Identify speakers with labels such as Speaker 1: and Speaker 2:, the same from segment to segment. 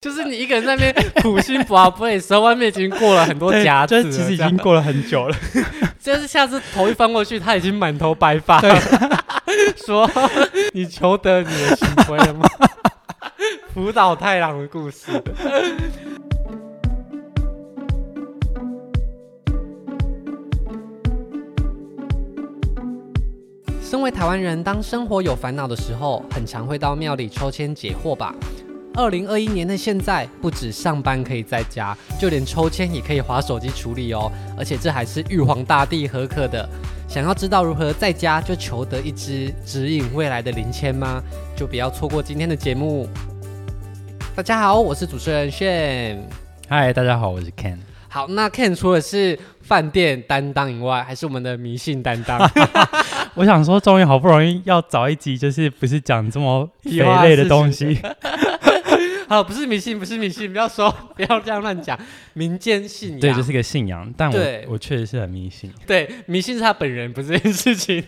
Speaker 1: 就是你一个人在那边苦心不不的时候，外面已经过了很多
Speaker 2: 对
Speaker 1: 夹子
Speaker 2: 就
Speaker 1: 了，
Speaker 2: 是其实已
Speaker 1: 这样
Speaker 2: 经过了很久了。
Speaker 1: 就是下次头一翻过去，他已经满头白发了， 说 你求得你的幸福 了吗？福岛太郎的故事。身为台湾人，当生活有烦恼的时候，很常会到庙里抽签解惑吧。二零二一年的现在，不止上班可以在家，就连抽签也可以划手机处理哦。而且这还是玉皇大帝合可的。想要知道如何在家就求得一支指引未来的灵签吗？就不要错过今天的节目。大家好，我是主持人炫。
Speaker 2: 嗨，大家好，我是 Ken。
Speaker 1: 好，那 Ken 除了是饭店担当以外，还是我们的迷信担 当，
Speaker 2: 我想说，终于好不容易要找一集，就是不是讲这么
Speaker 1: 有
Speaker 2: 肥
Speaker 1: 啊
Speaker 2: 类的 东西，
Speaker 1: 好，不是迷信，不是迷信，不要说， 不要这样乱讲，民间信仰，
Speaker 2: 对，就是个信仰。但
Speaker 1: 对
Speaker 2: 我我确实是很迷信，
Speaker 1: 对，迷信是他本人，不是这件事 情。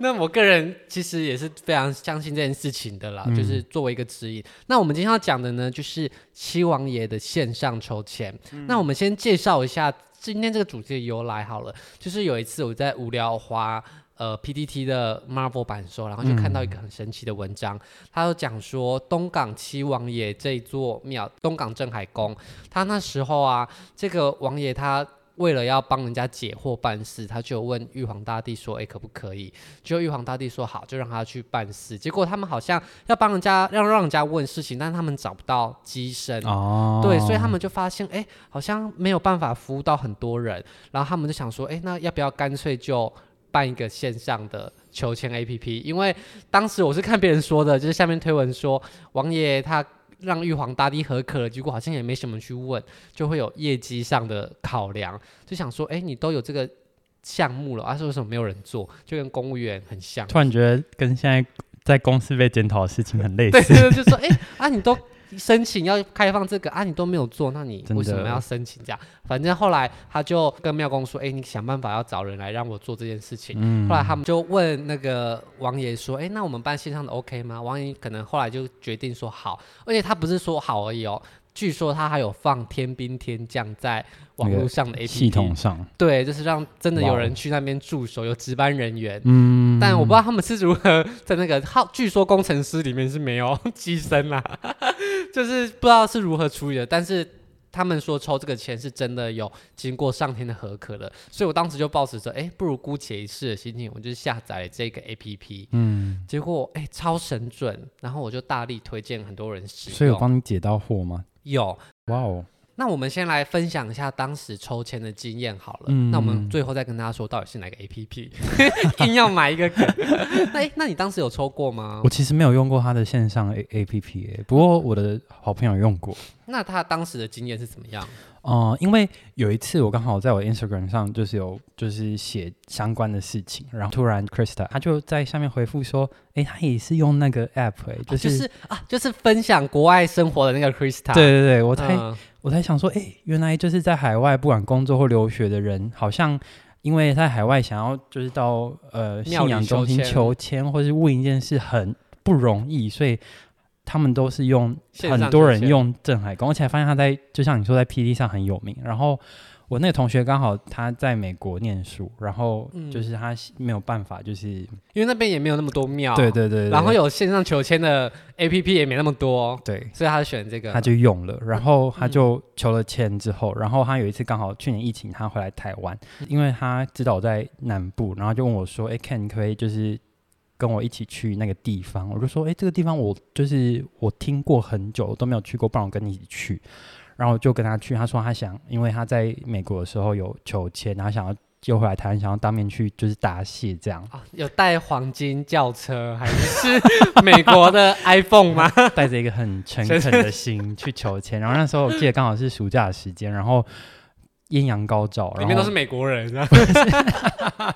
Speaker 1: 那我个人其实也是非常相信这件事情的啦，
Speaker 2: 嗯
Speaker 1: 就是作为一个指引。那我们今天要讲的呢，就是七王爷的线上抽签。那我们先介绍一下今天这个主题的由来好了。就是有一次我在无聊花呃 PTT 的 Marvel 版的时候，然后就看到一个很神奇的文章，他就讲说东港七王爷这一座庙，东港镇海宫，他那时候啊，这个王爷他。为了要帮人家解惑办事，他就有问玉皇大帝说：“诶，可不可以？”就玉皇大帝说好，就让他去办事。结果他们好像要帮人家让让人家问事情，但是他们找不到机身。
Speaker 2: 哦
Speaker 1: 对，所以他们就发现，哎、好像没有办法服务到很多人，然后他们就想说，哎、那要不要干脆就办一个线上的求签 APP？因为当时我是看别人说的，就是下面推文说，王爷他让玉皇大帝合可了，结果好像也没什么去问，就会有业绩上的考量，就想说，哎、你都有这个项目了，啊，是为什么没有人做？就跟公务员很像。
Speaker 2: 突然觉得跟现在在公司被检讨的事情很类
Speaker 1: 对
Speaker 2: 似。
Speaker 1: 对，对，就说哎、啊，你都申请要开放这个啊，你都没有做，那你
Speaker 2: 真
Speaker 1: 为什么
Speaker 2: 的
Speaker 1: 要申请这样？反正后来他就跟庙公说，哎、你想办法要找人来让我做这件事情。
Speaker 2: 嗯
Speaker 1: 后来他们就问那个王爷说：“哎、那我们办线上的 OK 吗？”王爷可能后来就决定说好，而且他不是说好而已哦，据说他还有放天兵天将在网
Speaker 2: 那个
Speaker 1: 络上的 APP，
Speaker 2: 系统上，
Speaker 1: 对，就是让真的有
Speaker 2: 哇哦
Speaker 1: 人去那边驻守，有值班人员。
Speaker 2: 嗯，
Speaker 1: 但我不知道他们是如何在那个号，据说工程师里面是没有 机身啦，就是不知道是如何处理的。但是他们说抽这个签是真的有经过上天的合可的，所以我当时就抱持着哎、诶不如姑且一试的心情，我就下载了这个 A P P，
Speaker 2: 嗯，
Speaker 1: 结果哎、诶超神准，然后我就大力推荐很多人使用。
Speaker 2: 所以我帮你解到货吗？
Speaker 1: 有，
Speaker 2: 哇哦，
Speaker 1: 那我们先来分享一下当时抽签的经验好了。
Speaker 2: 嗯
Speaker 1: 那我们最后再跟大家说到底是哪个 A P P，硬 要买一个梗。那、 诶那你当时有抽过吗
Speaker 2: 我？其实没有用过它的线上 A A P P，、不过我的好朋友用过。
Speaker 1: 那他当时的经验是怎么样？
Speaker 2: 哦、因为有一次我刚好在我 Instagram 上就是有就是写相关的事情，然后突然 Krista 他就在下面回复说，诶，他也是用那个 app，、诶，
Speaker 1: 就、
Speaker 2: 就是
Speaker 1: 啊，就是分享国外生活的那个 Krista。
Speaker 2: 对对对，我
Speaker 1: 嗯，
Speaker 2: 才、我才想说，诶，原来就是在海外不管工作或留学的人，好像因为在海外想要就是到呃
Speaker 1: 庙
Speaker 2: 信
Speaker 1: 里
Speaker 2: 仰
Speaker 1: 求
Speaker 2: 中心
Speaker 1: 签
Speaker 2: 求签或是问一件事很不容易，所以。他们都是用
Speaker 1: 线上
Speaker 2: 很多
Speaker 1: 求
Speaker 2: 人
Speaker 1: 签
Speaker 2: 用镇海宫，而且还发现他在就像你说在 PD 上很有名。然后我那个同学刚好他在美国念书，然后
Speaker 1: 嗯
Speaker 2: 就是他没有办法，就是、
Speaker 1: 因为那边也没有那么多庙，
Speaker 2: 对对对对
Speaker 1: 啊然后有线上求签的 A P P 也没那么多，
Speaker 2: 对。
Speaker 1: 所以他选这个。，
Speaker 2: 他就用了，然后他就求了签之后，然后他有一次刚好去年疫情，他回来台湾，因为他知道我在南部，然后就问我说：“哎，Ken，你可不可以就是跟我一起去那个地方？”我就说：“哎，这个地方我就是我听过很久，我都没有去过，不然我跟你一起去。”然后我就跟他去，他说他想，因为他在美国的时候有求签，然后想要就回来台湾，想要当面去就是答谢这样
Speaker 1: 啊，有带黄金轿车还是美国的 iPhone 吗？
Speaker 2: 带着一个很诚 恳的心去求签。然后那时候我记得刚好是暑假的时间，然后艳阳高照，
Speaker 1: 里
Speaker 2: 然
Speaker 1: 面都
Speaker 2: 后
Speaker 1: 是美国人，啊然后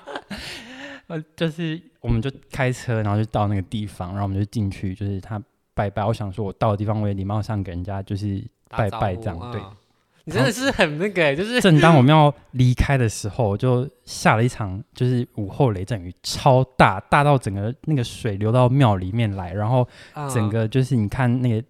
Speaker 2: 呃，就是我们就开车，然后就到那个地方，然后我们就进去，就是他拜拜。我想说，我到的地方我也礼貌上给人家就是拜
Speaker 1: 打
Speaker 2: 拜
Speaker 1: 招呼
Speaker 2: 这样。对，
Speaker 1: 嗯你真的是很那个，就是
Speaker 2: 正当 我们要离开的时候，就下了一场就是午后雷阵雨，超大，大到整个那个水流到庙里面来，然后
Speaker 1: 啊
Speaker 2: 整个就是你看那个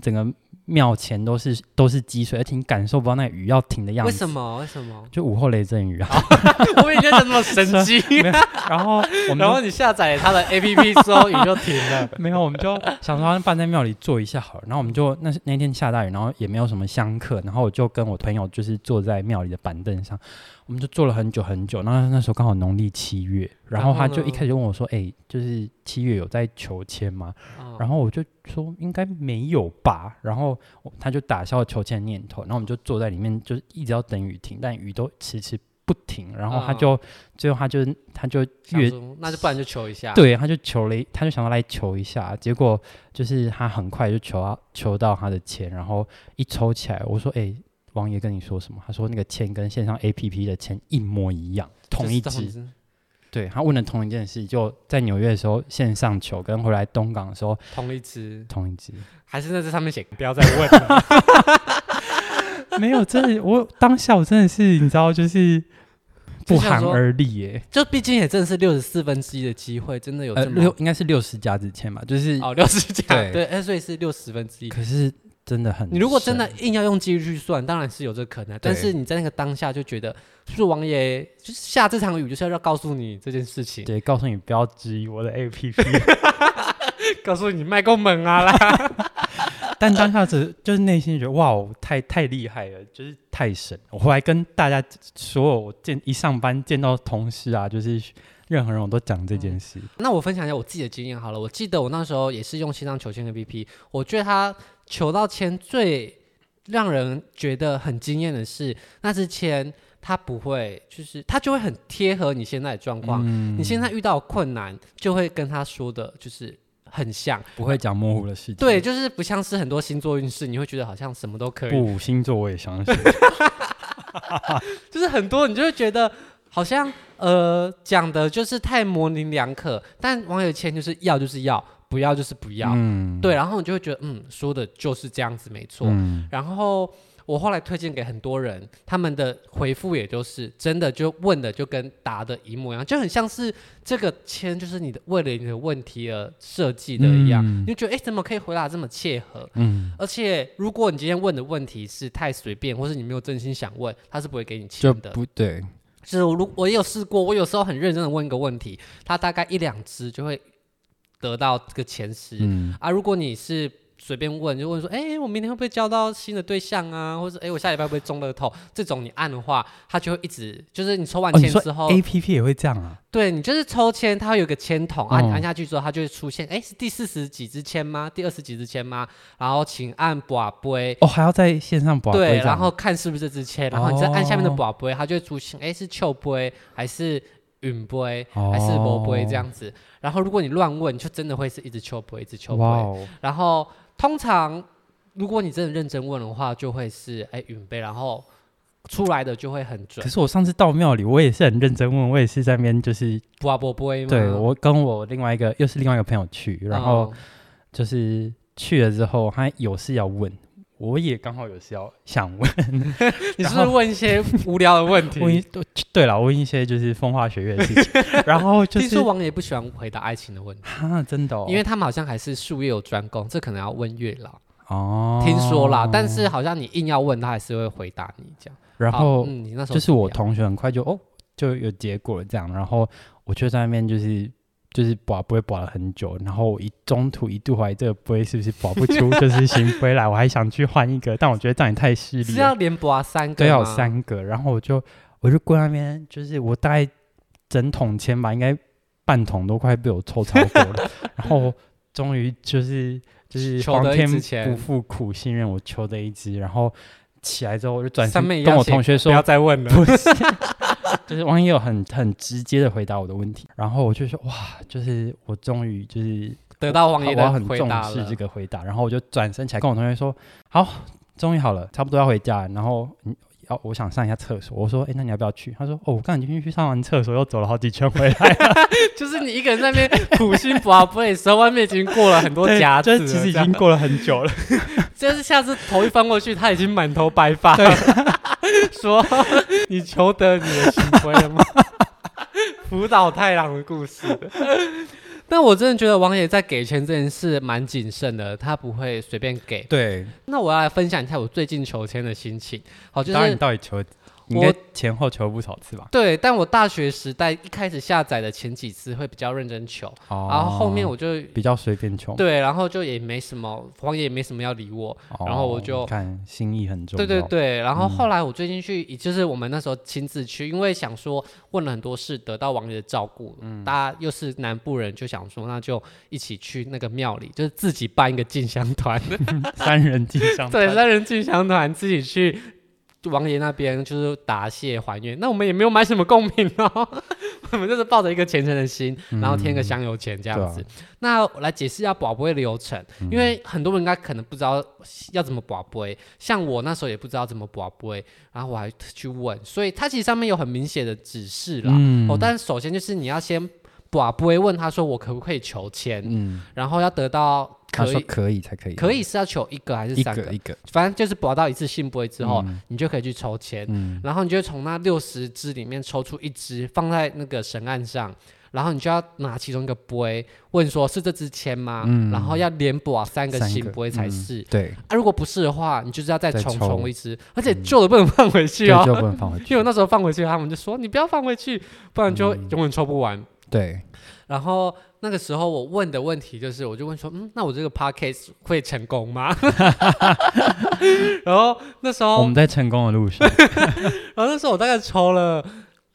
Speaker 2: 整个庙前都是都是积水，而且你感受不到那个雨要停的样
Speaker 1: 为
Speaker 2: 子。？
Speaker 1: 什？么？为什么
Speaker 2: 就午后雷阵雨啊。
Speaker 1: 我每天都那么神机，
Speaker 2: 啊然后 我们
Speaker 1: 然后你下载他的 APP 之后，雨就停了。
Speaker 2: 没有，我们就想说那办在庙里坐一下好了。然后我们就那那天下大雨，然后也没有什么香客，然后我就跟我朋友就是坐在庙里的板凳上，我们就坐了很久很久。那那时候刚好农历七月，然后
Speaker 1: 然后
Speaker 2: 他就一
Speaker 1: 呢
Speaker 2: 开始就问我说：“哎、就是七月有在求签吗？”
Speaker 1: 哦
Speaker 2: 然后我就说应该没有吧，然后我他就打消了求签的念头，然后我们就坐在里面，就一直要等雨停，但雨都迟迟不停，然后他
Speaker 1: 嗯
Speaker 2: 就、最后他就他就
Speaker 1: 想
Speaker 2: 越
Speaker 1: 说那就不然就求一下。，
Speaker 2: 对，他就求了一，他就想要来求一下，结果就是他很快就求到求到他的签，然后一抽起来，我说哎。王爷跟你说什么？他说那个签跟线上 A P P 的签一模一样，同一只。
Speaker 1: 只，
Speaker 2: 对他问了同一件事，就在纽约的时候线上求，跟回来东港的时候
Speaker 1: 同一只，
Speaker 2: 同一只。
Speaker 1: 还是在这上面写，不要再问了。
Speaker 2: 没有，真的，我当下我真的是，你知道，就是
Speaker 1: 就
Speaker 2: 不
Speaker 1: 想
Speaker 2: 寒
Speaker 1: 说
Speaker 2: 而栗耶。
Speaker 1: 就毕竟也正是六十四分之一的机会，真的有
Speaker 2: 呃，
Speaker 1: 这么、
Speaker 2: 六应该是六十家之前吧，就是，
Speaker 1: 哦六十加
Speaker 2: 对
Speaker 1: 对，哎、所以是六十分之一。
Speaker 2: 可是真的很深。
Speaker 1: 你如果真的硬要用几率去算，当然是有这可能，但是你在那个当下就觉得，就是王爷就是下这场雨就是要告诉你这件事情，
Speaker 2: 对，告诉你不要质疑我的 A P P，
Speaker 1: 告诉你卖够猛啊啦，
Speaker 2: 但当下只就是内心觉得哇，我太太厉害了，就是太神。我后来跟大家所有我见一上班见到同事啊，就是任何人我都讲这件事。
Speaker 1: 那我分享一下我自己的经验好了，我记得我那时候也是用线上求签 APP，我觉得它求到签最让人觉得很惊艳的是，那支签它不会，就是它就会很贴合你现在的状况，
Speaker 2: 嗯
Speaker 1: 你现在遇到困难，就会跟他说的，就是很像，
Speaker 2: 不会讲模糊的事情。
Speaker 1: 对，，就是不像是很多星座运势，你会觉得好像什么都可以，
Speaker 2: 不星座我也相信。
Speaker 1: 就是很多你就会觉得好像呃讲的就是太模棱两可，但网友签就是要就是要，不要就是不要，
Speaker 2: 嗯，
Speaker 1: 对，然后你就会觉得嗯说的就是这样子没错，
Speaker 2: 嗯，
Speaker 1: 然后我后来推荐给很多人，他们的回复也就是真的就问的就跟答的一模一样，就很像是这个签就是你的为了你的问题而设计的一样，
Speaker 2: 嗯
Speaker 1: 你就觉得哎怎么可以回答这么切合？
Speaker 2: 嗯，
Speaker 1: 而且如果你今天问的问题是太随便，或是你没有真心想问，他是不会给你
Speaker 2: 就
Speaker 1: 签的。
Speaker 2: 不对，
Speaker 1: 就是我如我也有试过，我有时候很认真的问一个问题，他大概一两只就会得到这个前十。
Speaker 2: 嗯，
Speaker 1: 啊，如果你是随便问，就问说，哎、我明天会不会交到新的对象啊？或者，哎、我下礼拜会不会中乐透？这种你按的话，它就会一直，就是你抽完
Speaker 2: 哦，你
Speaker 1: 签
Speaker 2: 说
Speaker 1: 之后，
Speaker 2: A P P 也会这样啊？
Speaker 1: 对你就是抽签，它会有个签筒啊，你
Speaker 2: 哦
Speaker 1: 按下去之后，它就会出现，哎、是第四十几支签吗？第二十几支签吗？然后请按宝杯。
Speaker 2: 哦，还要在线上保
Speaker 1: 对，然后看是不是这支签，然后你再按下面的
Speaker 2: 哦
Speaker 1: 宝杯，它就会出现，哎，是秋杯还是允杯
Speaker 2: 哦
Speaker 1: 还是博杯这样子。然后如果你乱问，就真的会是一直秋杯，一直秋杯。
Speaker 2: 哇哦，
Speaker 1: 然后通常如果你真的认真问的话，就会是哎云杯，然后出来的就会很准
Speaker 2: 可。是我上次到庙里，我也是很认真问，我也是在那边就是，
Speaker 1: 不啊不不会吗？
Speaker 2: 对我跟我另外一个又是另外一个朋友去，然后
Speaker 1: 哦
Speaker 2: 就是去了之后，他有事要问。我也刚好有事要想问，
Speaker 1: 你是不
Speaker 2: 然
Speaker 1: 是
Speaker 2: 后
Speaker 1: 问一些无聊的问 题？
Speaker 2: 问一对对了，问一些就是风化学院的事 情，然后就
Speaker 1: 听
Speaker 2: 是
Speaker 1: 说王爷不喜欢回答爱情的问题，
Speaker 2: 哈，真的、哦，
Speaker 1: 因为他们好像还是术业有专攻，这可能要问月老。
Speaker 2: 哦，
Speaker 1: 听说啦，但是好像你硬要问他，还是会回答你这样。
Speaker 2: 然
Speaker 1: 好
Speaker 2: 后
Speaker 1: 嗯，你那时候
Speaker 2: 就是
Speaker 1: 怎么
Speaker 2: 我
Speaker 1: 样
Speaker 2: 同学很快就哦就有结果了这样，然后我就在那边就是就是保不会保了很久，然后我一中途一度怀疑这个杯是不是保不出就是新杯来，我还想去换一个，但我觉得这样也太势利
Speaker 1: 是
Speaker 2: 了
Speaker 1: 要，连博三个，
Speaker 2: 都要有，啊三个，然后我就我就跪那边，就是我大概整桶签吧，应该半桶都快被我抽超过了，然后终于就是就是
Speaker 1: 求
Speaker 2: 皇
Speaker 1: 得一
Speaker 2: 天
Speaker 1: 支签
Speaker 2: 不负苦心人，我抽的一支，然后。起来之后，我就转
Speaker 1: 上
Speaker 2: 身
Speaker 1: 面一
Speaker 2: 跟
Speaker 1: 样
Speaker 2: 我
Speaker 1: 写
Speaker 2: 同学说：“
Speaker 1: 再问了。
Speaker 2: 不是，就是网友很很直接的回答我的问题，然后我就说哇，就是我终于就是
Speaker 1: 得到王
Speaker 2: 我
Speaker 1: 爷
Speaker 2: 要
Speaker 1: 的
Speaker 2: 很
Speaker 1: 回
Speaker 2: 重
Speaker 1: 答
Speaker 2: 视
Speaker 1: 了
Speaker 2: 这。个回答，然后我就转身起来跟我同学说，好，终于好了，差不多要回家了，然后嗯要我想上一下厕所，我说哎、那你要不要去？他说哦，我刚才已经去上完厕所，又走了好几圈回来，
Speaker 1: 就是你一个人在那边苦心不背的时候，外面已经过了很 多
Speaker 2: 对
Speaker 1: 夹子
Speaker 2: 就
Speaker 1: 了，
Speaker 2: 是其实已
Speaker 1: 这样
Speaker 2: 经过了很久 了，
Speaker 1: 就是下次头一翻过去，他已经满头白发， 说你求 得你的行为了吗？福岛太郎的故事。 但我真的觉得王爷在给钱这件事蛮谨慎的，他不会随便给。
Speaker 2: 对，
Speaker 1: 那我要来分享一下我最近求签的心情。好，就
Speaker 2: 当然你
Speaker 1: 是
Speaker 2: 到底求，你应
Speaker 1: 我
Speaker 2: 该前后求不少次吧？
Speaker 1: 对，但我大学时代一开始下载的前几次会比较认真求，
Speaker 2: 哦
Speaker 1: 然后后面我就
Speaker 2: 比较随便求，
Speaker 1: 对，然后就也没什么，黄爷也没什么要理我。
Speaker 2: 哦，
Speaker 1: 然后我就
Speaker 2: 看心意很重
Speaker 1: 对
Speaker 2: 要，嗯
Speaker 1: 对对，然后后来我最近去，就是我们那时候亲自去，因为想说问了很多事，得到王爷的照顾，
Speaker 2: 嗯
Speaker 1: 大家又是南部人，就想说那就一起去那个庙里，就是自己办一个进香团，
Speaker 2: 三 人进香
Speaker 1: 对，
Speaker 2: 团
Speaker 1: 三人进香团自己去王爷那边就是答谢还愿，那我们也没有买什么贡品哦， 我们就是抱着一个虔诚的心，然后添个香油钱这样子。
Speaker 2: 嗯对啊嗯
Speaker 1: 那我来解释一下保杯流程，因为很多人应该可能不知道要怎么保杯，像我那时候也不知道怎么保杯，然后我还去问，所以它其实上面有很明显的指示啦。
Speaker 2: 嗯
Speaker 1: 哦，但首先就是你要先保杯，问他说我可不可以求签，
Speaker 2: 嗯，
Speaker 1: 然后要得到
Speaker 2: 他
Speaker 1: 可
Speaker 2: 说
Speaker 1: 以。
Speaker 2: 可以才可以，
Speaker 1: 可以是要求一个还是
Speaker 2: 一
Speaker 1: 三
Speaker 2: 个一个，
Speaker 1: 反正就是保到一次信杯之后，
Speaker 2: 嗯
Speaker 1: 你就可以去抽签，
Speaker 2: 嗯，
Speaker 1: 然后你就从那六十支里面抽出一支放在那个神案上，然后你就要拿其中一个杯，问说是这支签吗？
Speaker 2: 嗯
Speaker 1: 然后要连保三个
Speaker 2: 三
Speaker 1: 信
Speaker 2: 个
Speaker 1: 杯才
Speaker 2: 嗯
Speaker 1: 是。
Speaker 2: 对，
Speaker 1: 啊，如果不是的话，你就是要再
Speaker 2: 再
Speaker 1: 重
Speaker 2: 抽嗯
Speaker 1: 抽一支，而且旧的不能放回去哦
Speaker 2: 对，。就不能放 回
Speaker 1: 因为我
Speaker 2: 去，
Speaker 1: 那时候放回去，他们就说你不要放回去，不然就
Speaker 2: 嗯
Speaker 1: 永远抽不完。
Speaker 2: 对，
Speaker 1: 然后那个时候我问的问题就是，我就问说，嗯，那我这个 podcast 会成功吗？ 然后那时候
Speaker 2: 我们在成功的路上，
Speaker 1: 然后那时候我大概抽了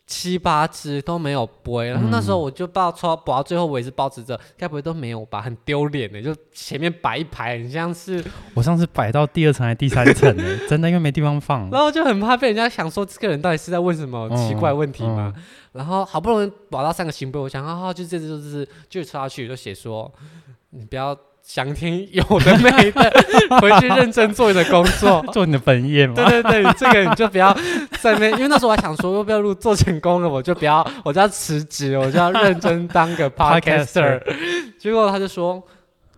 Speaker 1: 七八支都没有杯，然后那时
Speaker 2: 嗯
Speaker 1: 候我就抱抽保到最后，我也是保持着，该不会都没有吧？很丢脸的，就前面摆一排，很像是，
Speaker 2: 我上次摆到第二层还是第三层 呢，真的因为没地方放，
Speaker 1: 然后就很怕被人家想说这个人到底是在问什么
Speaker 2: 嗯
Speaker 1: 奇怪问题嘛。然后好不容易保到三个星杯，我想啊，就这次就是就抽下去，就写说你不要想听有的没的，回去认真做你的工作。
Speaker 2: 做你的本业嘛
Speaker 1: 对，对对，这个你就不要在那边，因为那时候我还想说，要不要录做成功了，我就不要，我就要辞职，我就要认真当个 podcaster。结果他就说，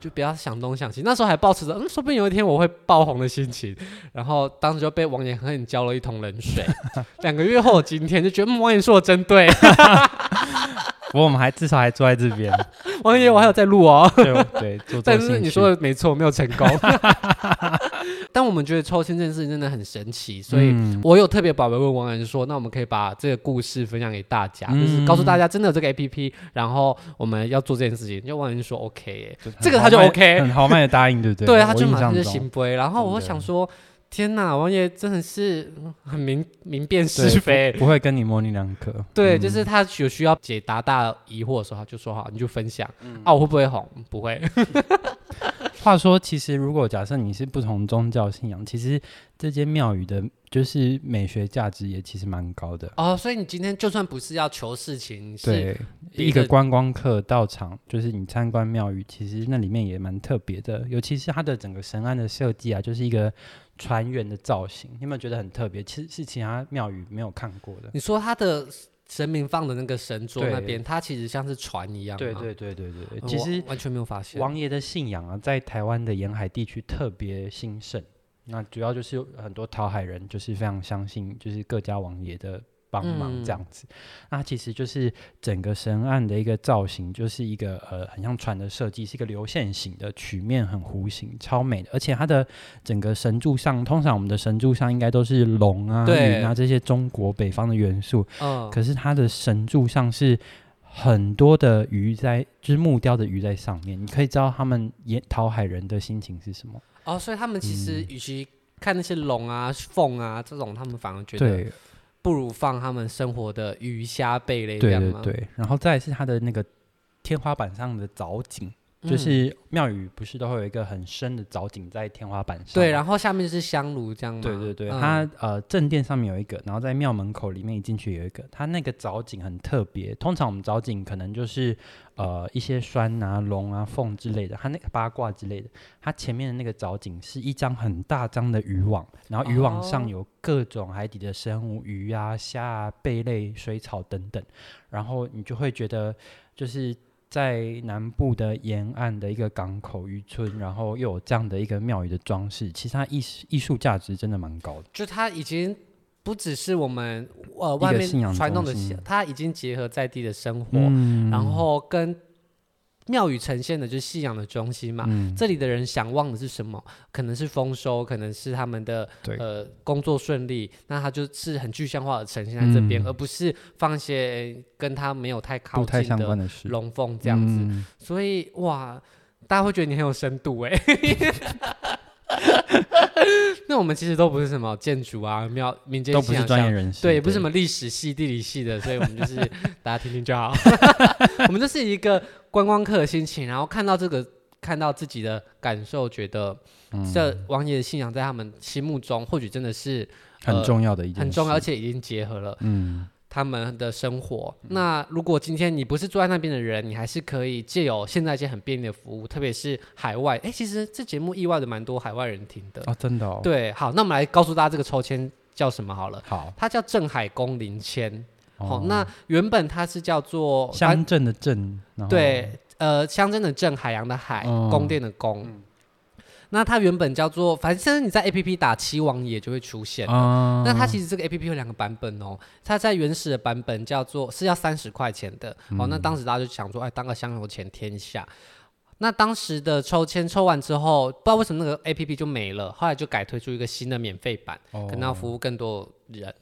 Speaker 1: 就不要想东想西。那时候还抱持着，嗯，说不定有一天我会爆红的心情。然后当时就被王岩狠狠浇了一桶冷 水。两个月后，我今天就觉得，嗯，王岩说的真对，
Speaker 2: 不过我们还至少还坐在这 边，
Speaker 1: 王岩我还有在录哦。
Speaker 2: 对对，做做
Speaker 1: 但是
Speaker 2: 兴
Speaker 1: 你
Speaker 2: 趣
Speaker 1: 说的没错，没有成 功。 但我们觉得抽签这件事情真的很神奇，所以
Speaker 2: 嗯
Speaker 1: 我有特别宝贝问王源说，那我们可以把这个故事分享给大家，
Speaker 2: 嗯
Speaker 1: 就是告诉大家真的有这个 A P P，然后我们要做这件事情。就王源说 OK，耶、
Speaker 2: 就很
Speaker 1: 这个他就
Speaker 2: 豪迈
Speaker 1: OK
Speaker 2: 很豪迈的答应，对不对？
Speaker 1: 对，
Speaker 2: 我
Speaker 1: 他就
Speaker 2: 印
Speaker 1: 马上
Speaker 2: 象
Speaker 1: 就
Speaker 2: 中
Speaker 1: 行杯。然后我
Speaker 2: 真的
Speaker 1: 想说，天哪，王爷真的是嗯很明明辨
Speaker 2: 对嗯
Speaker 1: 是
Speaker 2: 不
Speaker 1: 非。
Speaker 2: 不会跟你模棱两可，
Speaker 1: 对，就是他有需要解答大家疑惑的时候，他就说好，你就分享。
Speaker 2: 嗯
Speaker 1: 啊，我会不会红？不会。
Speaker 2: 话说，其实如果假设你是不同宗教信仰，其实这间庙宇的，就是美学价值也其实蛮高的。
Speaker 1: 哦，所以你今天就算不是要求事情，是
Speaker 2: 对，
Speaker 1: 一
Speaker 2: 一个
Speaker 1: 个
Speaker 2: 观光客到场，就是你参观庙宇，其实那里面也蛮特别的，尤其是它的整个神案的设计啊，就是一个船员的造型，你有没有觉得很特别？其实是其他庙宇没有看过的。
Speaker 1: 你说他的神明放的那个神桌
Speaker 2: 对
Speaker 1: 那边，它其实像是船一样吗。
Speaker 2: 对对对对对对，
Speaker 1: 我
Speaker 2: 其实
Speaker 1: 完全没有发现。
Speaker 2: 王爷的信仰啊，在台湾的沿海地区特别兴盛。那主要就是有很多讨海人，就是非常相信，就是各家王爷的帮忙
Speaker 1: 嗯
Speaker 2: 这样子。那其实就是整个神案的一个造型，就是一个呃很像船的设计，是一个流线型的，曲面很弧形，超美的。而且它的整个神柱上，通常我们的神柱上应该都是龙啊、
Speaker 1: 对
Speaker 2: 云啊这些中国北方的元素，
Speaker 1: 嗯，
Speaker 2: 可是它的神柱上是很多的鱼在，就是木雕的鱼在上面，你可以知道他们也讨海人的心情是什么。
Speaker 1: 哦，所以他们其实
Speaker 2: 嗯
Speaker 1: 与其看那些龙啊、凤啊这种，他们反而觉得
Speaker 2: 对
Speaker 1: 不如放他们生活的鱼虾贝类这
Speaker 2: 对
Speaker 1: 样
Speaker 2: 对
Speaker 1: 吗？
Speaker 2: 对，然后再来是它的那个天花板上的藻井，
Speaker 1: 嗯
Speaker 2: 就是庙宇不是都会有一个很深的藻井在天花板上吗？
Speaker 1: 对，然后下面是香炉这样吗？
Speaker 2: 对对对，
Speaker 1: 嗯
Speaker 2: 它呃正殿上面有一个，然后在庙门口里面一进去有一个，它那个藻井很特别。通常我们藻井可能就是呃一些栓啊、龙啊、凤之类的，它那个八卦之类的，它前面的那个藻井是一张很大张的渔网，然后渔网
Speaker 1: 哦
Speaker 2: 上有各种海底的生物，鱼啊、虾啊、贝类、水草等等，然后你就会觉得就是。在南部的沿岸的一个港口渔村，然后又有这样的一个庙宇的装饰，其实它艺术艺术价值真的蛮高的。
Speaker 1: 就它已经。不只是我们呃
Speaker 2: 一个
Speaker 1: 外面
Speaker 2: 信仰
Speaker 1: 传统的
Speaker 2: 中心
Speaker 1: 信，它已经结合在地的生活，
Speaker 2: 嗯
Speaker 1: 然后跟庙宇呈现的就是信仰的中心嘛。
Speaker 2: 嗯，
Speaker 1: 这里的人想望的是什么？可能是丰收，可能是他们的
Speaker 2: 对
Speaker 1: 呃工作顺利，那他就是很具象化的呈现在这边，
Speaker 2: 嗯
Speaker 1: 而不是放一些跟他没有太靠
Speaker 2: 不太
Speaker 1: 近
Speaker 2: 相关
Speaker 1: 的
Speaker 2: 的事，
Speaker 1: 龙凤这样子。
Speaker 2: 嗯
Speaker 1: 所以哇，大家会觉得你很有深度哎、 那我们其实都不是什么建筑啊、庙、民间
Speaker 2: 都不
Speaker 1: 信
Speaker 2: 是
Speaker 1: 仰
Speaker 2: 专业
Speaker 1: 相
Speaker 2: 人士，
Speaker 1: 对，也不是什么历史系、地理系的，所以我们 就是大家听听就好。 我们这是一个观光客的心情，然后看到这个，看到自己的感受，觉得这
Speaker 2: 嗯
Speaker 1: 王爷的信仰在他们心目中，或许真的是
Speaker 2: 很重要的一件事，
Speaker 1: 很重要，而且已经结合了
Speaker 2: 嗯，
Speaker 1: 他们的生活。那如果今天你不是住在那边的人，你还是可以借由现在一些很便利的服务，特别是海外。哎，其实这节目意外的蛮多海外人听的。
Speaker 2: 哦，真的哦，，
Speaker 1: 对，好，那我们来告诉大家这个抽签叫什么好了。
Speaker 2: 好，
Speaker 1: 它叫镇海宫灵签。
Speaker 2: 哦
Speaker 1: 好、那原本它是叫做
Speaker 2: 乡镇的镇，然后
Speaker 1: 对，呃，乡镇的镇，海洋的海，
Speaker 2: 嗯
Speaker 1: 宫殿的宫。那它原本叫做，反正你在 A P P 打七王爷就会出现。
Speaker 2: 啊，
Speaker 1: 那它其实这个 A P P 有两个版本哦，它在原始的版本叫做是要三十块钱的，
Speaker 2: 嗯
Speaker 1: 哦，那当时大家就想说，哎，当个香油钱天一下。那当时的抽签抽完之后，不知道为什么那个 A P P 就没了，后来就改推出一个新的免费版，
Speaker 2: 哦
Speaker 1: 可能要服务更多人。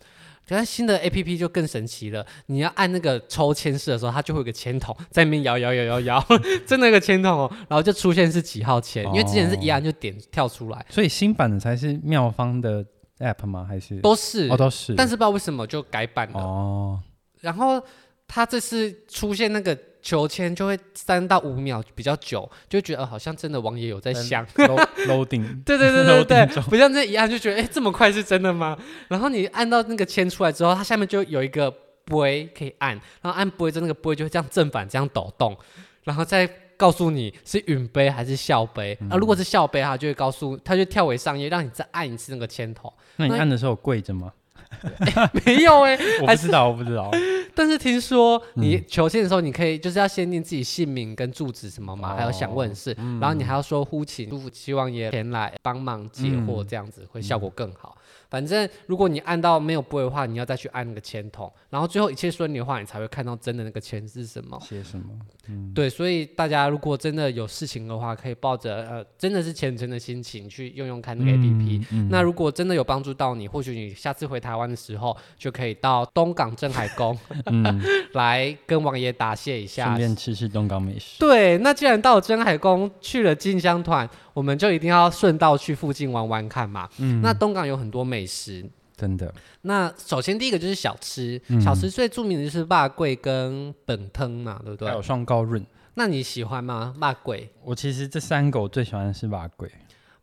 Speaker 1: 可是新的 A P P 就更神奇了，你要按那个抽签式的时候，它就会有一个签筒在那边摇摇摇摇 摇，真的有个签筒哦，然后就出现是几号
Speaker 2: 哦
Speaker 1: 签，因为之前是一按就点跳出来，
Speaker 2: 所以新版的才是妙方的 app 吗？还是
Speaker 1: 都是，
Speaker 2: 哦都是，
Speaker 1: 但是不知道为什么就改版了。
Speaker 2: 哦，
Speaker 1: 然后他这次出现那个求签，就会三到五秒比较久，就觉得、呃、好像真的王爷有在想。
Speaker 2: load- loading，
Speaker 1: 对对对对
Speaker 2: loading
Speaker 1: 对，
Speaker 2: 中
Speaker 1: 不像这一按就觉得，哎、这么快是真的吗？然后你按到那个签出来之后，它下面就有一个杯可以按，然后按杯之后，那个杯就会这样正反这样抖动，然后再告诉你是允杯还是笑杯。啊，如果是笑杯，它就会告诉，它就跳回上页，让你再按一次那个签头。
Speaker 2: 那你
Speaker 1: 那
Speaker 2: 按的时候有跪着吗？
Speaker 1: 没有哎、
Speaker 2: 我
Speaker 1: 还
Speaker 2: 不
Speaker 1: 是
Speaker 2: 知道，我不知道。
Speaker 1: 但是听说你
Speaker 2: 嗯
Speaker 1: 求签的时候，你可以就是要先念自己姓名跟住址什么嘛，
Speaker 2: 哦
Speaker 1: 还有想问事，然后你还要说呼请祝福希望爷前来帮忙解惑，这样子会效果更
Speaker 2: 嗯
Speaker 1: 好。反正如果你按到没有拨的话，你要再去按那个签筒，然后最后一切顺利的话，你才会看到真的那个签是什么。
Speaker 2: 写什么？
Speaker 1: 对，所以大家如果真的有事情的话，可以抱着呃真的是虔诚的心情去用用 看那个 APP，、
Speaker 2: 嗯
Speaker 1: 那如果真的有帮助到你，或许你下次回台湾的时候，就可以到东港镇海宫， 来跟王爷答谢一
Speaker 2: 嗯顺
Speaker 1: 下。
Speaker 2: 便吃吃东港美食。
Speaker 1: 对，那既然到了镇海宫去了进香团，我们就一定要顺道去附近玩玩看嘛。
Speaker 2: 嗯
Speaker 1: 那东港有很多美食，
Speaker 2: 真的，
Speaker 1: 那首先第一个就是小吃，
Speaker 2: 嗯
Speaker 1: 小吃最著名的就是霸桂跟本汤嘛，对不
Speaker 2: 还有
Speaker 1: 对？
Speaker 2: 上高润。
Speaker 1: 那你喜欢吗？霸桂，
Speaker 2: 我其实这三个我最喜欢的是麻贵，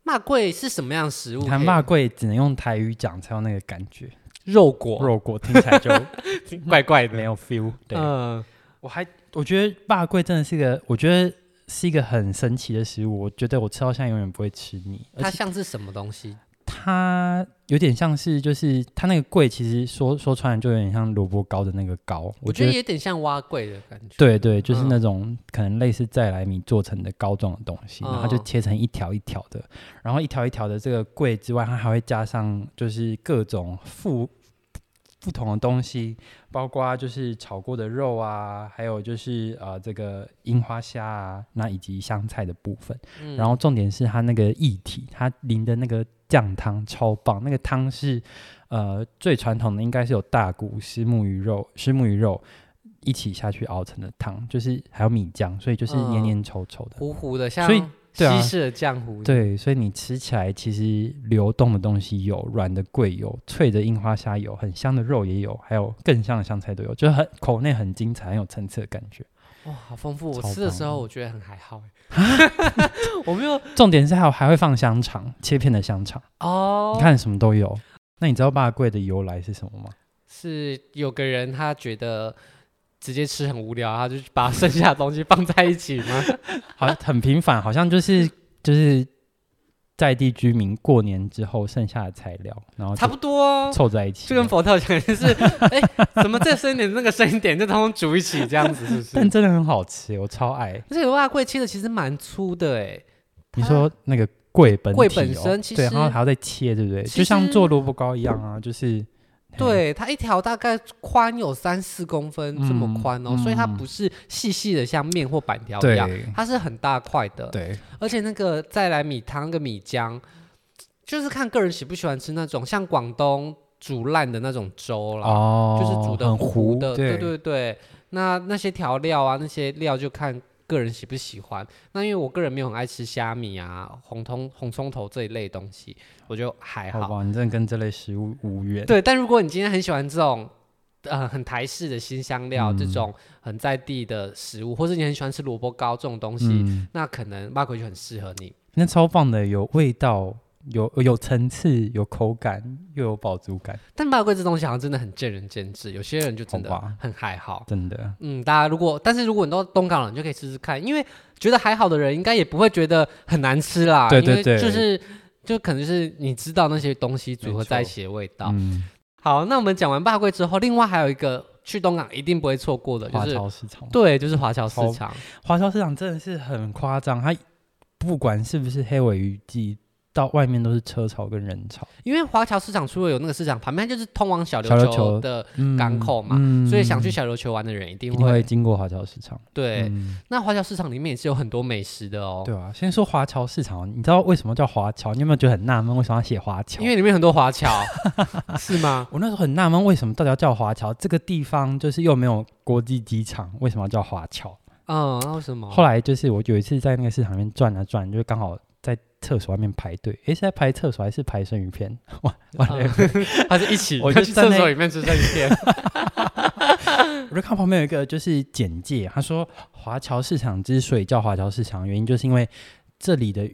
Speaker 1: 霸桂是什么样的食物
Speaker 2: 你
Speaker 1: 可以？
Speaker 2: 看麻贵只能用台语讲才有那个感觉，
Speaker 1: 肉果，
Speaker 2: 肉果听起来就
Speaker 1: 怪怪
Speaker 2: 没
Speaker 1: 的。
Speaker 2: 有 feel。对，
Speaker 1: 嗯，
Speaker 2: 我还我觉得麻贵真的是个，我觉得是一个很神奇的食物，我觉得我吃到现在永远不会吃腻，而
Speaker 1: 它
Speaker 2: 且
Speaker 1: 像是什么东西？
Speaker 2: 它有点像是就是它那个贵，其实说说穿了就有点像萝卜糕的那个糕，
Speaker 1: 我
Speaker 2: 我
Speaker 1: 觉
Speaker 2: 觉
Speaker 1: 得
Speaker 2: 得。
Speaker 1: 有点像蛙桂的感觉。
Speaker 2: 对对，就是
Speaker 1: 嗯
Speaker 2: 那种可能类似再来米做成的膏状的东西，然后它就
Speaker 1: 嗯
Speaker 2: 切成一条一条的，然后一条一条的这个桂之外，它还会加上就是各种附不同的东西，包括就是炒过的肉啊，还有就是呃这个樱花虾啊，那以及香菜的部分。
Speaker 1: 嗯
Speaker 2: 然后重点是它那个液体，它淋的那个酱汤超棒，那个汤是呃最传统的，应该是有大骨、石目鱼肉、石目鱼肉一起下去熬成的汤，就是还有米浆，所以就是
Speaker 1: 嗯
Speaker 2: 黏黏稠稠的。
Speaker 1: 糊糊的，像
Speaker 2: 所以对啊
Speaker 1: 西式的酱糊。
Speaker 2: 对，所以你吃起来其实流动的东西有，软的桂有，脆的樱花虾有，很香的肉也有，还有更香的香菜都有，就是很口内很精彩、很有层次的感觉。
Speaker 1: 哇，好丰富！我
Speaker 2: 超
Speaker 1: 吃的
Speaker 2: 棒
Speaker 1: 时候我觉得很还好哎， 我没有
Speaker 2: 重点是还有还会放香肠，切片的香肠，
Speaker 1: 哦。
Speaker 2: 你看什么都有。那你知道八桂的由来是什么吗？
Speaker 1: 是有个人他觉得直接吃很无聊，他就把剩下的东西放在一起 吗？
Speaker 2: 好像很频繁，好像就是
Speaker 1: 嗯
Speaker 2: 就是在地居民过年之后剩下的材料，然后
Speaker 1: 差
Speaker 2: 就
Speaker 1: 不多哦。
Speaker 2: 凑在一起
Speaker 1: 就。跟佛跳墙也 是，哎，怎么这深一点，那个深一点，就通通煮一起这样子，是不是？
Speaker 2: 但真的很好吃，我超爱。
Speaker 1: 而且蛙桂切的其实蛮粗的哎，
Speaker 2: 你
Speaker 1: 它
Speaker 2: 说那个桂本体哦
Speaker 1: 桂本身其
Speaker 2: 对，
Speaker 1: 实
Speaker 2: 然后还要再切，对不对？
Speaker 1: 其实
Speaker 2: 就像做萝卜糕一样啊，就是
Speaker 1: 对，它一条大概宽有三四公分这么
Speaker 2: 嗯
Speaker 1: 宽哦，所以它
Speaker 2: 嗯
Speaker 1: 不是细细的像面或板条一样，
Speaker 2: 哎对
Speaker 1: 它是很大块的。
Speaker 2: 对，
Speaker 1: 而且那个再来米汤那个米浆，就是看个人喜不喜欢吃那种像广东煮烂的那种粥啦，
Speaker 2: 哦，
Speaker 1: 就是煮的
Speaker 2: 很
Speaker 1: 糊
Speaker 2: 糊
Speaker 1: 的，
Speaker 2: 对
Speaker 1: 对对对。那那些调料啊，那些料就看个人喜不喜欢。那因为我个人没有很爱吃虾米啊、红葱红葱头这一类东西，我就还
Speaker 2: 好
Speaker 1: 好。
Speaker 2: 吧，你真的跟这类食物无缘。
Speaker 1: 对，但如果你今天很喜欢这种。呃，很台式的新香料，这
Speaker 2: 嗯
Speaker 1: 种很在地的食物，或是你很喜欢吃萝卜糕这种东西，
Speaker 2: 嗯，
Speaker 1: 那可能八葵就很适合你。
Speaker 2: 那超棒的，有味道，有有层次，有口感，又有饱足感，
Speaker 1: 但麻贵这东西好像真的很见仁见智，有些人就真
Speaker 2: 好
Speaker 1: 的
Speaker 2: 吧
Speaker 1: 很还好。
Speaker 2: 真的。
Speaker 1: 嗯，大家如果，但是如果你到东港了，你就可以试试看，因为觉得还好的人，应该也不会觉得很难吃啦。
Speaker 2: 对
Speaker 1: 因为
Speaker 2: 对对
Speaker 1: 就是就可能就是你知道那些东西组合
Speaker 2: 没错
Speaker 1: 在一起的味道。
Speaker 2: 嗯，
Speaker 1: 好，那我们讲完霸贵之后，另外还有一个去东港一定不会错过的，就
Speaker 2: 华
Speaker 1: 是
Speaker 2: 侨市场，
Speaker 1: 对，就是华侨市
Speaker 2: 超
Speaker 1: 场。
Speaker 2: 华侨市场真的是很夸张，它不管是不是黑尾鱼季，到外面都是车潮跟人潮，
Speaker 1: 因为华侨市场除了有那个市场，旁边就是通往小
Speaker 2: 小
Speaker 1: 琉
Speaker 2: 琉
Speaker 1: 球
Speaker 2: 球
Speaker 1: 的，
Speaker 2: 嗯
Speaker 1: 港口嘛
Speaker 2: 嗯
Speaker 1: 所以想去小琉球玩的人一定
Speaker 2: 一定会嗯
Speaker 1: 会
Speaker 2: 经过华侨市场。
Speaker 1: 对。
Speaker 2: 嗯
Speaker 1: 那华侨市场里面也是有很多美食的哦。
Speaker 2: 对啊。先说华侨市场，你知道为什么叫华侨？你有没有觉得很纳闷？为什么要写华侨？
Speaker 1: 因为里面很多华侨，是吗？
Speaker 2: 我那时候很纳闷，为什么到底要叫华侨？这个地方就是又没有国际机场，为什么要叫华侨？
Speaker 1: 嗯，那为什么？
Speaker 2: 后来就是我有一次在那个市场里面转啊转，就刚好在厕所外面排队，诶，是在排厕所还是排生鱼片？ 哇哇！
Speaker 1: 嗯 他是一起，
Speaker 2: 我
Speaker 1: 他
Speaker 2: 就
Speaker 1: 去
Speaker 2: 站
Speaker 1: 厕
Speaker 2: 在
Speaker 1: 所里面吃生鱼 片。
Speaker 2: 我就看旁边有一个就是简介，他说华侨市场之所以叫华侨市场，原因就是因为这里的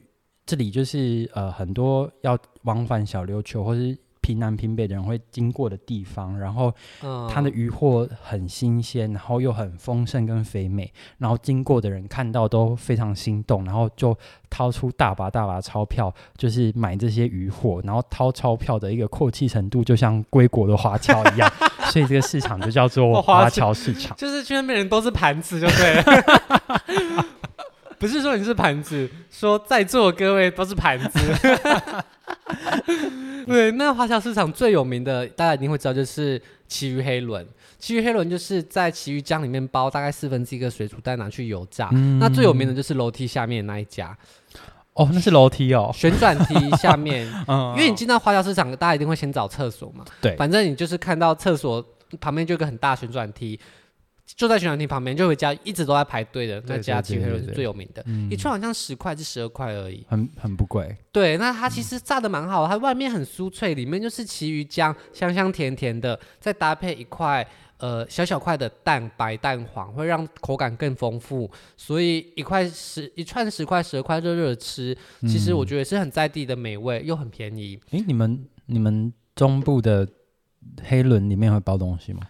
Speaker 2: 这里就是呃很多要往返小琉球或是平南平北的人会经过的地方，然后
Speaker 1: 嗯，
Speaker 2: 它的鱼货很新鲜，然后又很丰盛跟肥美，然后经过的人看到都非常心动，然后就掏出大把大把钞票，就是买这些鱼货，然后掏钞票的一个阔气程度，就像归国的华侨一样， 所以这个市场就 叫做
Speaker 1: 华
Speaker 2: 华侨市场。
Speaker 1: 就是去那边人都是盘子，就对了。 不是说你是盘子，说在座各位都是盘 子。对，那华侨市场最有名的，大家一定会知道，就是旗鱼黑轮。旗鱼黑轮就是在旗鱼浆里面包大概四分之一个水煮蛋拿去油炸。
Speaker 2: 嗯
Speaker 1: 那最有名的就是楼梯下面那一家，
Speaker 2: 哦，那是楼梯哦，
Speaker 1: 旋转梯下面
Speaker 2: 嗯，
Speaker 1: 因为你进到花椒市场，大家一定会先找厕所嘛。
Speaker 2: 对
Speaker 1: 反正你就是看到厕所旁边就有一个很大旋转梯，就在旋转梯旁边就有一家一直都在排队的那
Speaker 2: 对
Speaker 1: 家
Speaker 2: 对
Speaker 1: 鸡
Speaker 2: 对
Speaker 1: 黑肉
Speaker 2: 对
Speaker 1: 是
Speaker 2: 对
Speaker 1: 最有名的，
Speaker 2: 嗯
Speaker 1: 一串好像十块至十二块而已。
Speaker 2: 很很不贵，
Speaker 1: 对，那它其实炸的蛮好的，它外面很酥脆，里面就是其余姜，香香甜甜的，再搭配一块呃小小块的蛋白蛋黄，会让口感更丰富。所以一块十一串十块十二块热热地吃，其实我觉得是很在地的美味，又很便宜。
Speaker 2: 嗯诶，你们你们中部的黑轮里面会包东西吗？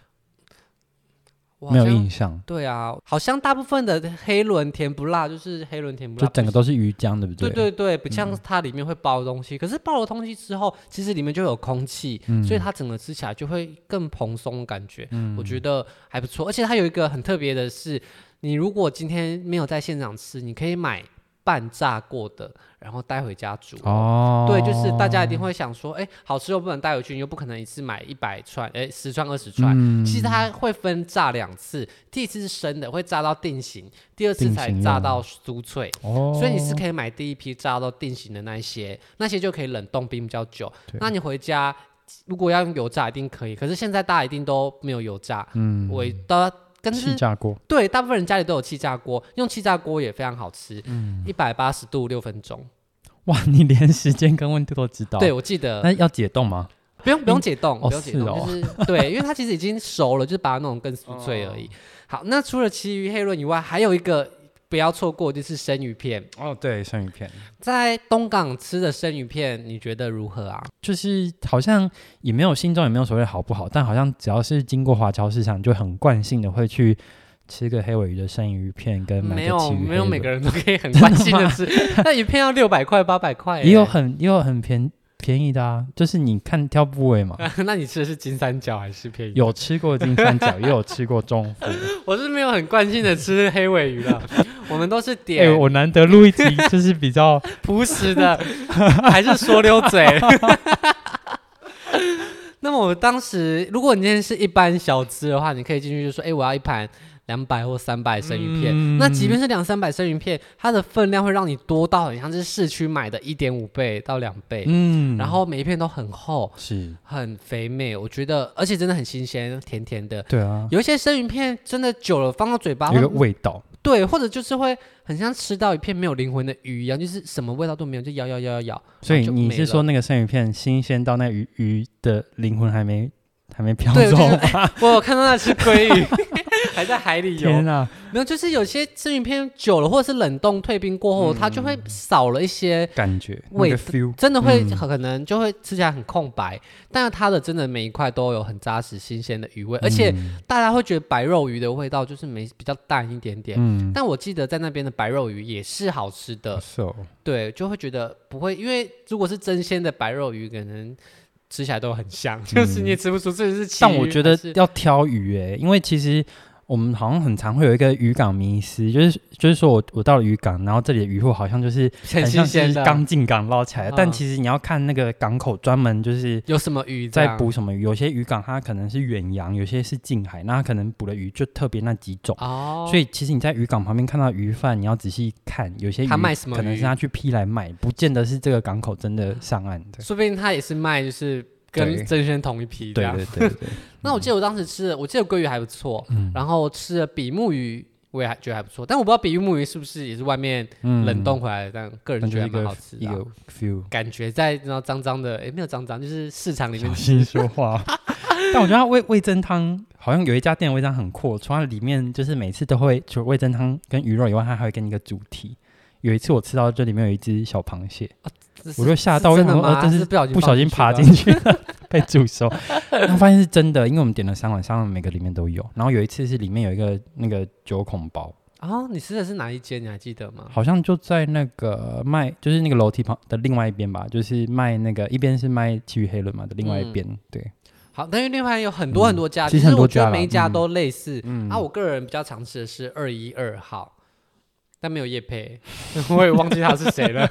Speaker 1: 我好
Speaker 2: 没有
Speaker 1: 像
Speaker 2: 印象，
Speaker 1: 对啊，好像大部分的黑轮甜不辣就是黑轮甜不
Speaker 2: 就
Speaker 1: 辣，
Speaker 2: 整个都是鱼浆，对不
Speaker 1: 对
Speaker 2: 对？
Speaker 1: 对
Speaker 2: 嗯
Speaker 1: 对，不像它里面会包东西，可是包了东西之后，其实里面就有空气，
Speaker 2: 嗯
Speaker 1: 所以它整个吃起来就会更蓬松的感觉，我觉得还不错。而且它有一个很特别的是，你如果今天没有在现场吃，你可以买半炸过的，然后带回家煮。
Speaker 2: 哦，
Speaker 1: 对，就是大家一定会想说，哎，好吃又不能带回去，你又不可能一次买一百串，哎，十串、二十串，
Speaker 2: 嗯
Speaker 1: 其实它会分炸两次，第一次是生的，会炸到定型，第二次
Speaker 2: 定
Speaker 1: 才
Speaker 2: 型
Speaker 1: 炸
Speaker 2: 用
Speaker 1: 到酥脆。
Speaker 2: 哦，
Speaker 1: 所以你是可以买第一批炸到定型的那一些，那些就可以冷冻冰比较久。
Speaker 2: 对
Speaker 1: 那你回家如果要用油炸，一定可以。可是现在大家一定都没有油炸，
Speaker 2: 嗯
Speaker 1: 我的跟
Speaker 2: 气
Speaker 1: 是
Speaker 2: 炸锅，
Speaker 1: 对，大部分人家里都有气炸锅，用气炸锅也非常好吃，
Speaker 2: 嗯
Speaker 1: 一百八十度六分钟。
Speaker 2: 哇，你连时间跟温度都知道，
Speaker 1: 对，，我记得
Speaker 2: 那要解冻吗？
Speaker 1: 不用不用解冻，
Speaker 2: 哦
Speaker 1: 不用解冻，
Speaker 2: 是哦哦
Speaker 1: 就是对，因为它其实已经熟了，就是把它弄得更酥脆而已。好，那除了其余黑论以外，还有一个不要错过就是生鱼片，
Speaker 2: 哦，对，生鱼片
Speaker 1: 在东港吃的生鱼片，你觉得如何啊？
Speaker 2: 就是好像也没有心中也没有所谓好不好，但好像只要是经过华侨市场，就很惯性的会去吃个黑尾鱼的生鱼片跟买
Speaker 1: 没
Speaker 2: 个
Speaker 1: 有
Speaker 2: 旗鱼
Speaker 1: 没有
Speaker 2: 黑
Speaker 1: 每
Speaker 2: 尾
Speaker 1: 个人都可以很关心的吃， 那一片要六百块八百块耶，
Speaker 2: 也有很也有很便便宜的啊，就是你看挑部位嘛，
Speaker 1: 那你吃的是金三角还是便宜？
Speaker 2: 有吃过金三角，也有吃过 中腹。
Speaker 1: 我是没有很惯性的吃黑尾鱼了，我们都是
Speaker 2: 哎、
Speaker 1: 点
Speaker 2: 我难得录一集，就是比较
Speaker 1: 朴实的，还是说溜嘴。 那么我当时，如果你今天是一般小吃的话，你可以进去就说，哎、我要一盘两百或三百生鱼片。
Speaker 2: 嗯
Speaker 1: 那即便是两三百生鱼片，它的分量会让你多到很像是市区买的一点五倍到两倍，
Speaker 2: 嗯
Speaker 1: 然后每一片都很厚、
Speaker 2: 是，
Speaker 1: 很肥美，我觉得，而且真的很新鲜，甜甜的。
Speaker 2: 对啊，
Speaker 1: 有一些生鱼片真的久了放到嘴巴
Speaker 2: 有一个
Speaker 1: 会
Speaker 2: 味道，
Speaker 1: 对，或者就是会很像吃到一片没有灵魂的鱼一样，就是什么味道都没有，就咬咬咬咬咬。
Speaker 2: 所
Speaker 1: 然
Speaker 2: 以
Speaker 1: 后就
Speaker 2: 你
Speaker 1: 没
Speaker 2: 是说
Speaker 1: 了
Speaker 2: 那个生鱼片新鲜到那鱼鱼的灵魂还没还没飘
Speaker 1: 对，我
Speaker 2: 走
Speaker 1: 就觉得
Speaker 2: 吗？
Speaker 1: 哎 我有看到那只鲑 鱼还在海里游
Speaker 2: 天，啊，
Speaker 1: 没有，就是有些生鱼片久了或者是冷冻退冰过后，它就会少了一些。
Speaker 2: 感觉那
Speaker 1: 味
Speaker 2: 个
Speaker 1: 道
Speaker 2: feel
Speaker 1: 真的会
Speaker 2: 嗯
Speaker 1: 很可能就会吃起来很空白，但是它的真的每一块都有很扎实新鲜的鱼味，而
Speaker 2: 嗯
Speaker 1: 且嗯大家会觉得白肉鱼的味道就是没比较淡一点点，
Speaker 2: 嗯，
Speaker 1: 但我记得在那边的白肉鱼也是好吃的，
Speaker 2: so
Speaker 1: 对，就会觉得不会，因为如果是真鲜的白肉鱼，可能吃起来都很香， 就是你也吃不出这是旗
Speaker 2: 嗯但我
Speaker 1: 鱼
Speaker 2: 觉
Speaker 1: 还
Speaker 2: 得
Speaker 1: 是
Speaker 2: 要挑鱼诶、因为其实我们好像很常会有一个渔港迷失，就是就是说我我到了渔港，然后这里的渔货好像就是
Speaker 1: 很新
Speaker 2: 像是
Speaker 1: 鲜的。
Speaker 2: 刚进港捞起来，但
Speaker 1: 嗯
Speaker 2: 其实你要看那个港口专门就是。
Speaker 1: 有什么鱼这
Speaker 2: 在
Speaker 1: 样
Speaker 2: 捕什么鱼？有些渔港它可能是远洋，有些是近海，那它可能捕的鱼就特别那几种。
Speaker 1: 哦，
Speaker 2: 所以其实你在渔港旁边看到鱼贩，你要仔细看，有些鱼
Speaker 1: 他卖什么
Speaker 2: 可能
Speaker 1: 鱼
Speaker 2: 是他去批来卖，不见得是这个港口真的上岸 的。
Speaker 1: 说不定他也是卖就是
Speaker 2: 对
Speaker 1: 跟真鲜同一批这
Speaker 2: 对
Speaker 1: 样。
Speaker 2: 对对对，
Speaker 1: 那我记得我当时吃的，我记得鲑鱼还不错，
Speaker 2: 嗯
Speaker 1: 然后吃了比目鱼。我也还觉得还不错，但我不知道比目鱼是不是也是外面
Speaker 2: 嗯
Speaker 1: 冷冻回来的，但个
Speaker 2: 那
Speaker 1: 人
Speaker 2: 就
Speaker 1: 觉得
Speaker 2: 是一
Speaker 1: 蛮
Speaker 2: 个
Speaker 1: 好吃
Speaker 2: 一
Speaker 1: 的啊、
Speaker 2: 个 feel。
Speaker 1: 感觉在那脏脏的，诶，没有脏脏，就是市场里面
Speaker 2: 小心说话。 但我觉得它味味噌汤好像有一家店的味噌很阔，除了里面就是每次都会除了味噌汤跟鱼肉以外，它还会跟一个主题。有一次我吃到这里面有一只小螃蟹，
Speaker 1: 这是
Speaker 2: 我就吓
Speaker 1: 是
Speaker 2: 到，我
Speaker 1: 真
Speaker 2: 想
Speaker 1: 的
Speaker 2: 说
Speaker 1: 吗？
Speaker 2: 呃，这
Speaker 1: 是
Speaker 2: 是
Speaker 1: 不小心
Speaker 2: 不小
Speaker 1: 放
Speaker 2: 心爬
Speaker 1: 的
Speaker 2: 进去 被煮熟，然后发现是真的，因为我们点了三碗，三碗每个里面都有。然后有一次是里面有一个那个九孔包，
Speaker 1: 哦，你吃的是哪一间？你还记得吗？
Speaker 2: 好像就在那个卖，就是那个楼梯旁的另外一边吧，就是卖那个一边是卖奇鱼黑轮嘛的另外一
Speaker 1: 嗯
Speaker 2: 边，对，
Speaker 1: 好，但是另外有很多很多家，
Speaker 2: 嗯其实很多
Speaker 1: 我觉
Speaker 2: 家
Speaker 1: 得
Speaker 2: 啦
Speaker 1: 每一家都类似。
Speaker 2: 嗯
Speaker 1: 啊，我个人比较常吃的是二一二号，但没有叶 配，我也忘记他是谁了。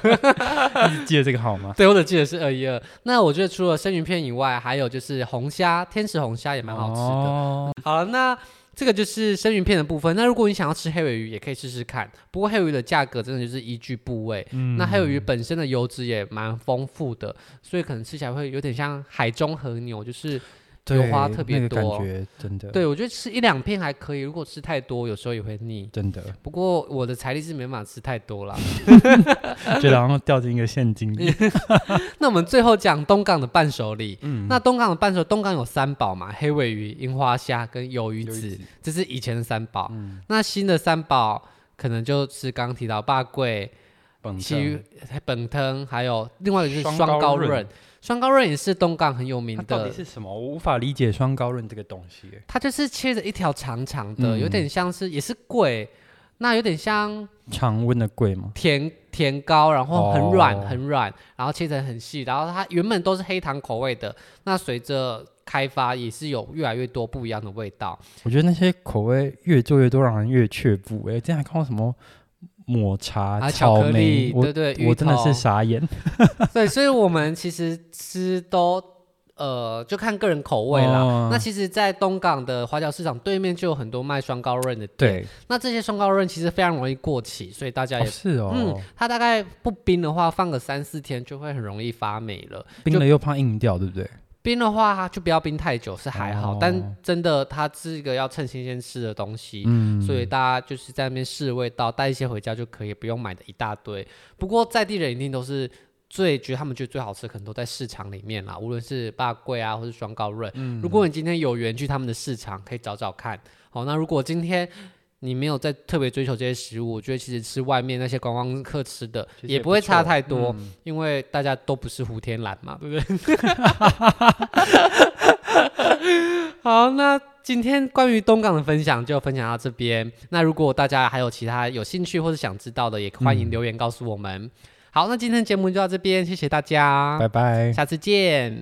Speaker 2: 你记得这个好吗？
Speaker 1: 对，我只记得是二一二。那我觉得除了生鱼片以外，还有就是红虾，天使红虾也蛮好吃的。
Speaker 2: 哦、
Speaker 1: 好了，那这个就是生鱼片的部分。那如果你想要吃黑尾鱼，也可以试试看。不过黑尾鱼的价格真的就是依据部位，
Speaker 2: 嗯
Speaker 1: 那黑尾鱼本身的油脂也蛮丰富的，所以可能吃起来会有点像海中和牛，就是
Speaker 2: 对
Speaker 1: 油花特别
Speaker 2: 那个
Speaker 1: 多
Speaker 2: 感觉真的，
Speaker 1: 对我觉得吃一两片还可以，如果吃太多有时候也会腻。
Speaker 2: 真 的
Speaker 1: 不过我的财力是没办法吃太多啦。
Speaker 2: 觉得好像掉进一个陷阱 里。
Speaker 1: 那我们最后讲东港的伴手礼。
Speaker 2: 嗯
Speaker 1: 那东港的伴手，东港有三宝嘛，黑尾鱼、樱花虾跟鱿鱼
Speaker 2: 鱿鱼
Speaker 1: 子
Speaker 2: 子，
Speaker 1: 这是以前的三宝。
Speaker 2: 嗯
Speaker 1: 那新的三宝可能就是刚刚提到霸贵、
Speaker 2: 本
Speaker 1: 其余
Speaker 2: 正
Speaker 1: 本汤，还有另外一个就是
Speaker 2: 双
Speaker 1: 双
Speaker 2: 高
Speaker 1: 高
Speaker 2: 润
Speaker 1: 润。双高润也是东港很有名
Speaker 2: 它到
Speaker 1: 的
Speaker 2: 底，是什么？我无法理解双高润这个东西耶，
Speaker 1: 它就是切着一条长长的，
Speaker 2: 嗯
Speaker 1: 有点像是也是贵，那有点像
Speaker 2: 常温的贵吗？
Speaker 1: 甜甜糕，然后很软、
Speaker 2: 哦
Speaker 1: 很软，然后切成很细，然后它原本都是黑糖口味的，那随着开发也是有越来越多不一样的味道。
Speaker 2: 我觉得那些口味越做越多，让人越却步。哎，之前还看过什么抹茶、
Speaker 1: 啊，巧
Speaker 2: 草
Speaker 1: 克
Speaker 2: 莓
Speaker 1: 力，，
Speaker 2: 我
Speaker 1: 对对，芋
Speaker 2: 我真的
Speaker 1: 头
Speaker 2: 是傻眼。
Speaker 1: 对，所以我们其实吃都呃就看个人口味啦。
Speaker 2: 哦
Speaker 1: 那其实，在东港的华侨市场对面就有很多卖双高润的店，
Speaker 2: 对，
Speaker 1: 那这些双高润其实非常容易过期，所以大家
Speaker 2: 哦
Speaker 1: 也。
Speaker 2: 是
Speaker 1: 嗯
Speaker 2: 哦，，
Speaker 1: 它大概不冰的话，放个三四天就会很容易发霉了。
Speaker 2: 冰了又怕硬掉，对不对？
Speaker 1: 冰的话，就不要冰太久是还好，
Speaker 2: 哦
Speaker 1: 但真的它是一个要趁新鲜吃的东西，
Speaker 2: 嗯，
Speaker 1: 所以大家就是在那边试味道，带一些回家就可以，不用买的一大堆。不过在地人一定都是最觉得他们觉得最好吃，可能都在市场里面啦，无论是霸贵啊，或是双高润。
Speaker 2: 嗯
Speaker 1: 如果你今天有缘去他们的市场，可以找找看。好，那如果今天你没有在特别追求这些食物，我觉得其实吃外面那些观光客吃的
Speaker 2: 其实
Speaker 1: 也
Speaker 2: 也
Speaker 1: 不会
Speaker 2: 不
Speaker 1: 差
Speaker 2: 错嗯
Speaker 1: 太多，因为大家都不是胡天蓝嘛，对不对？ 好，那今天关于东港的分享就分享到这边。那如果大家还有其他有兴趣或是想知道的，也欢
Speaker 2: 嗯
Speaker 1: 迎留言告诉我们。好，那今天的节目就到这边，谢谢大家，
Speaker 2: 拜拜。
Speaker 1: 下次见。